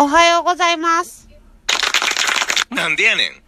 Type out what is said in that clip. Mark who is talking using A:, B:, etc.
A: おはようございます。
B: なんでやねん。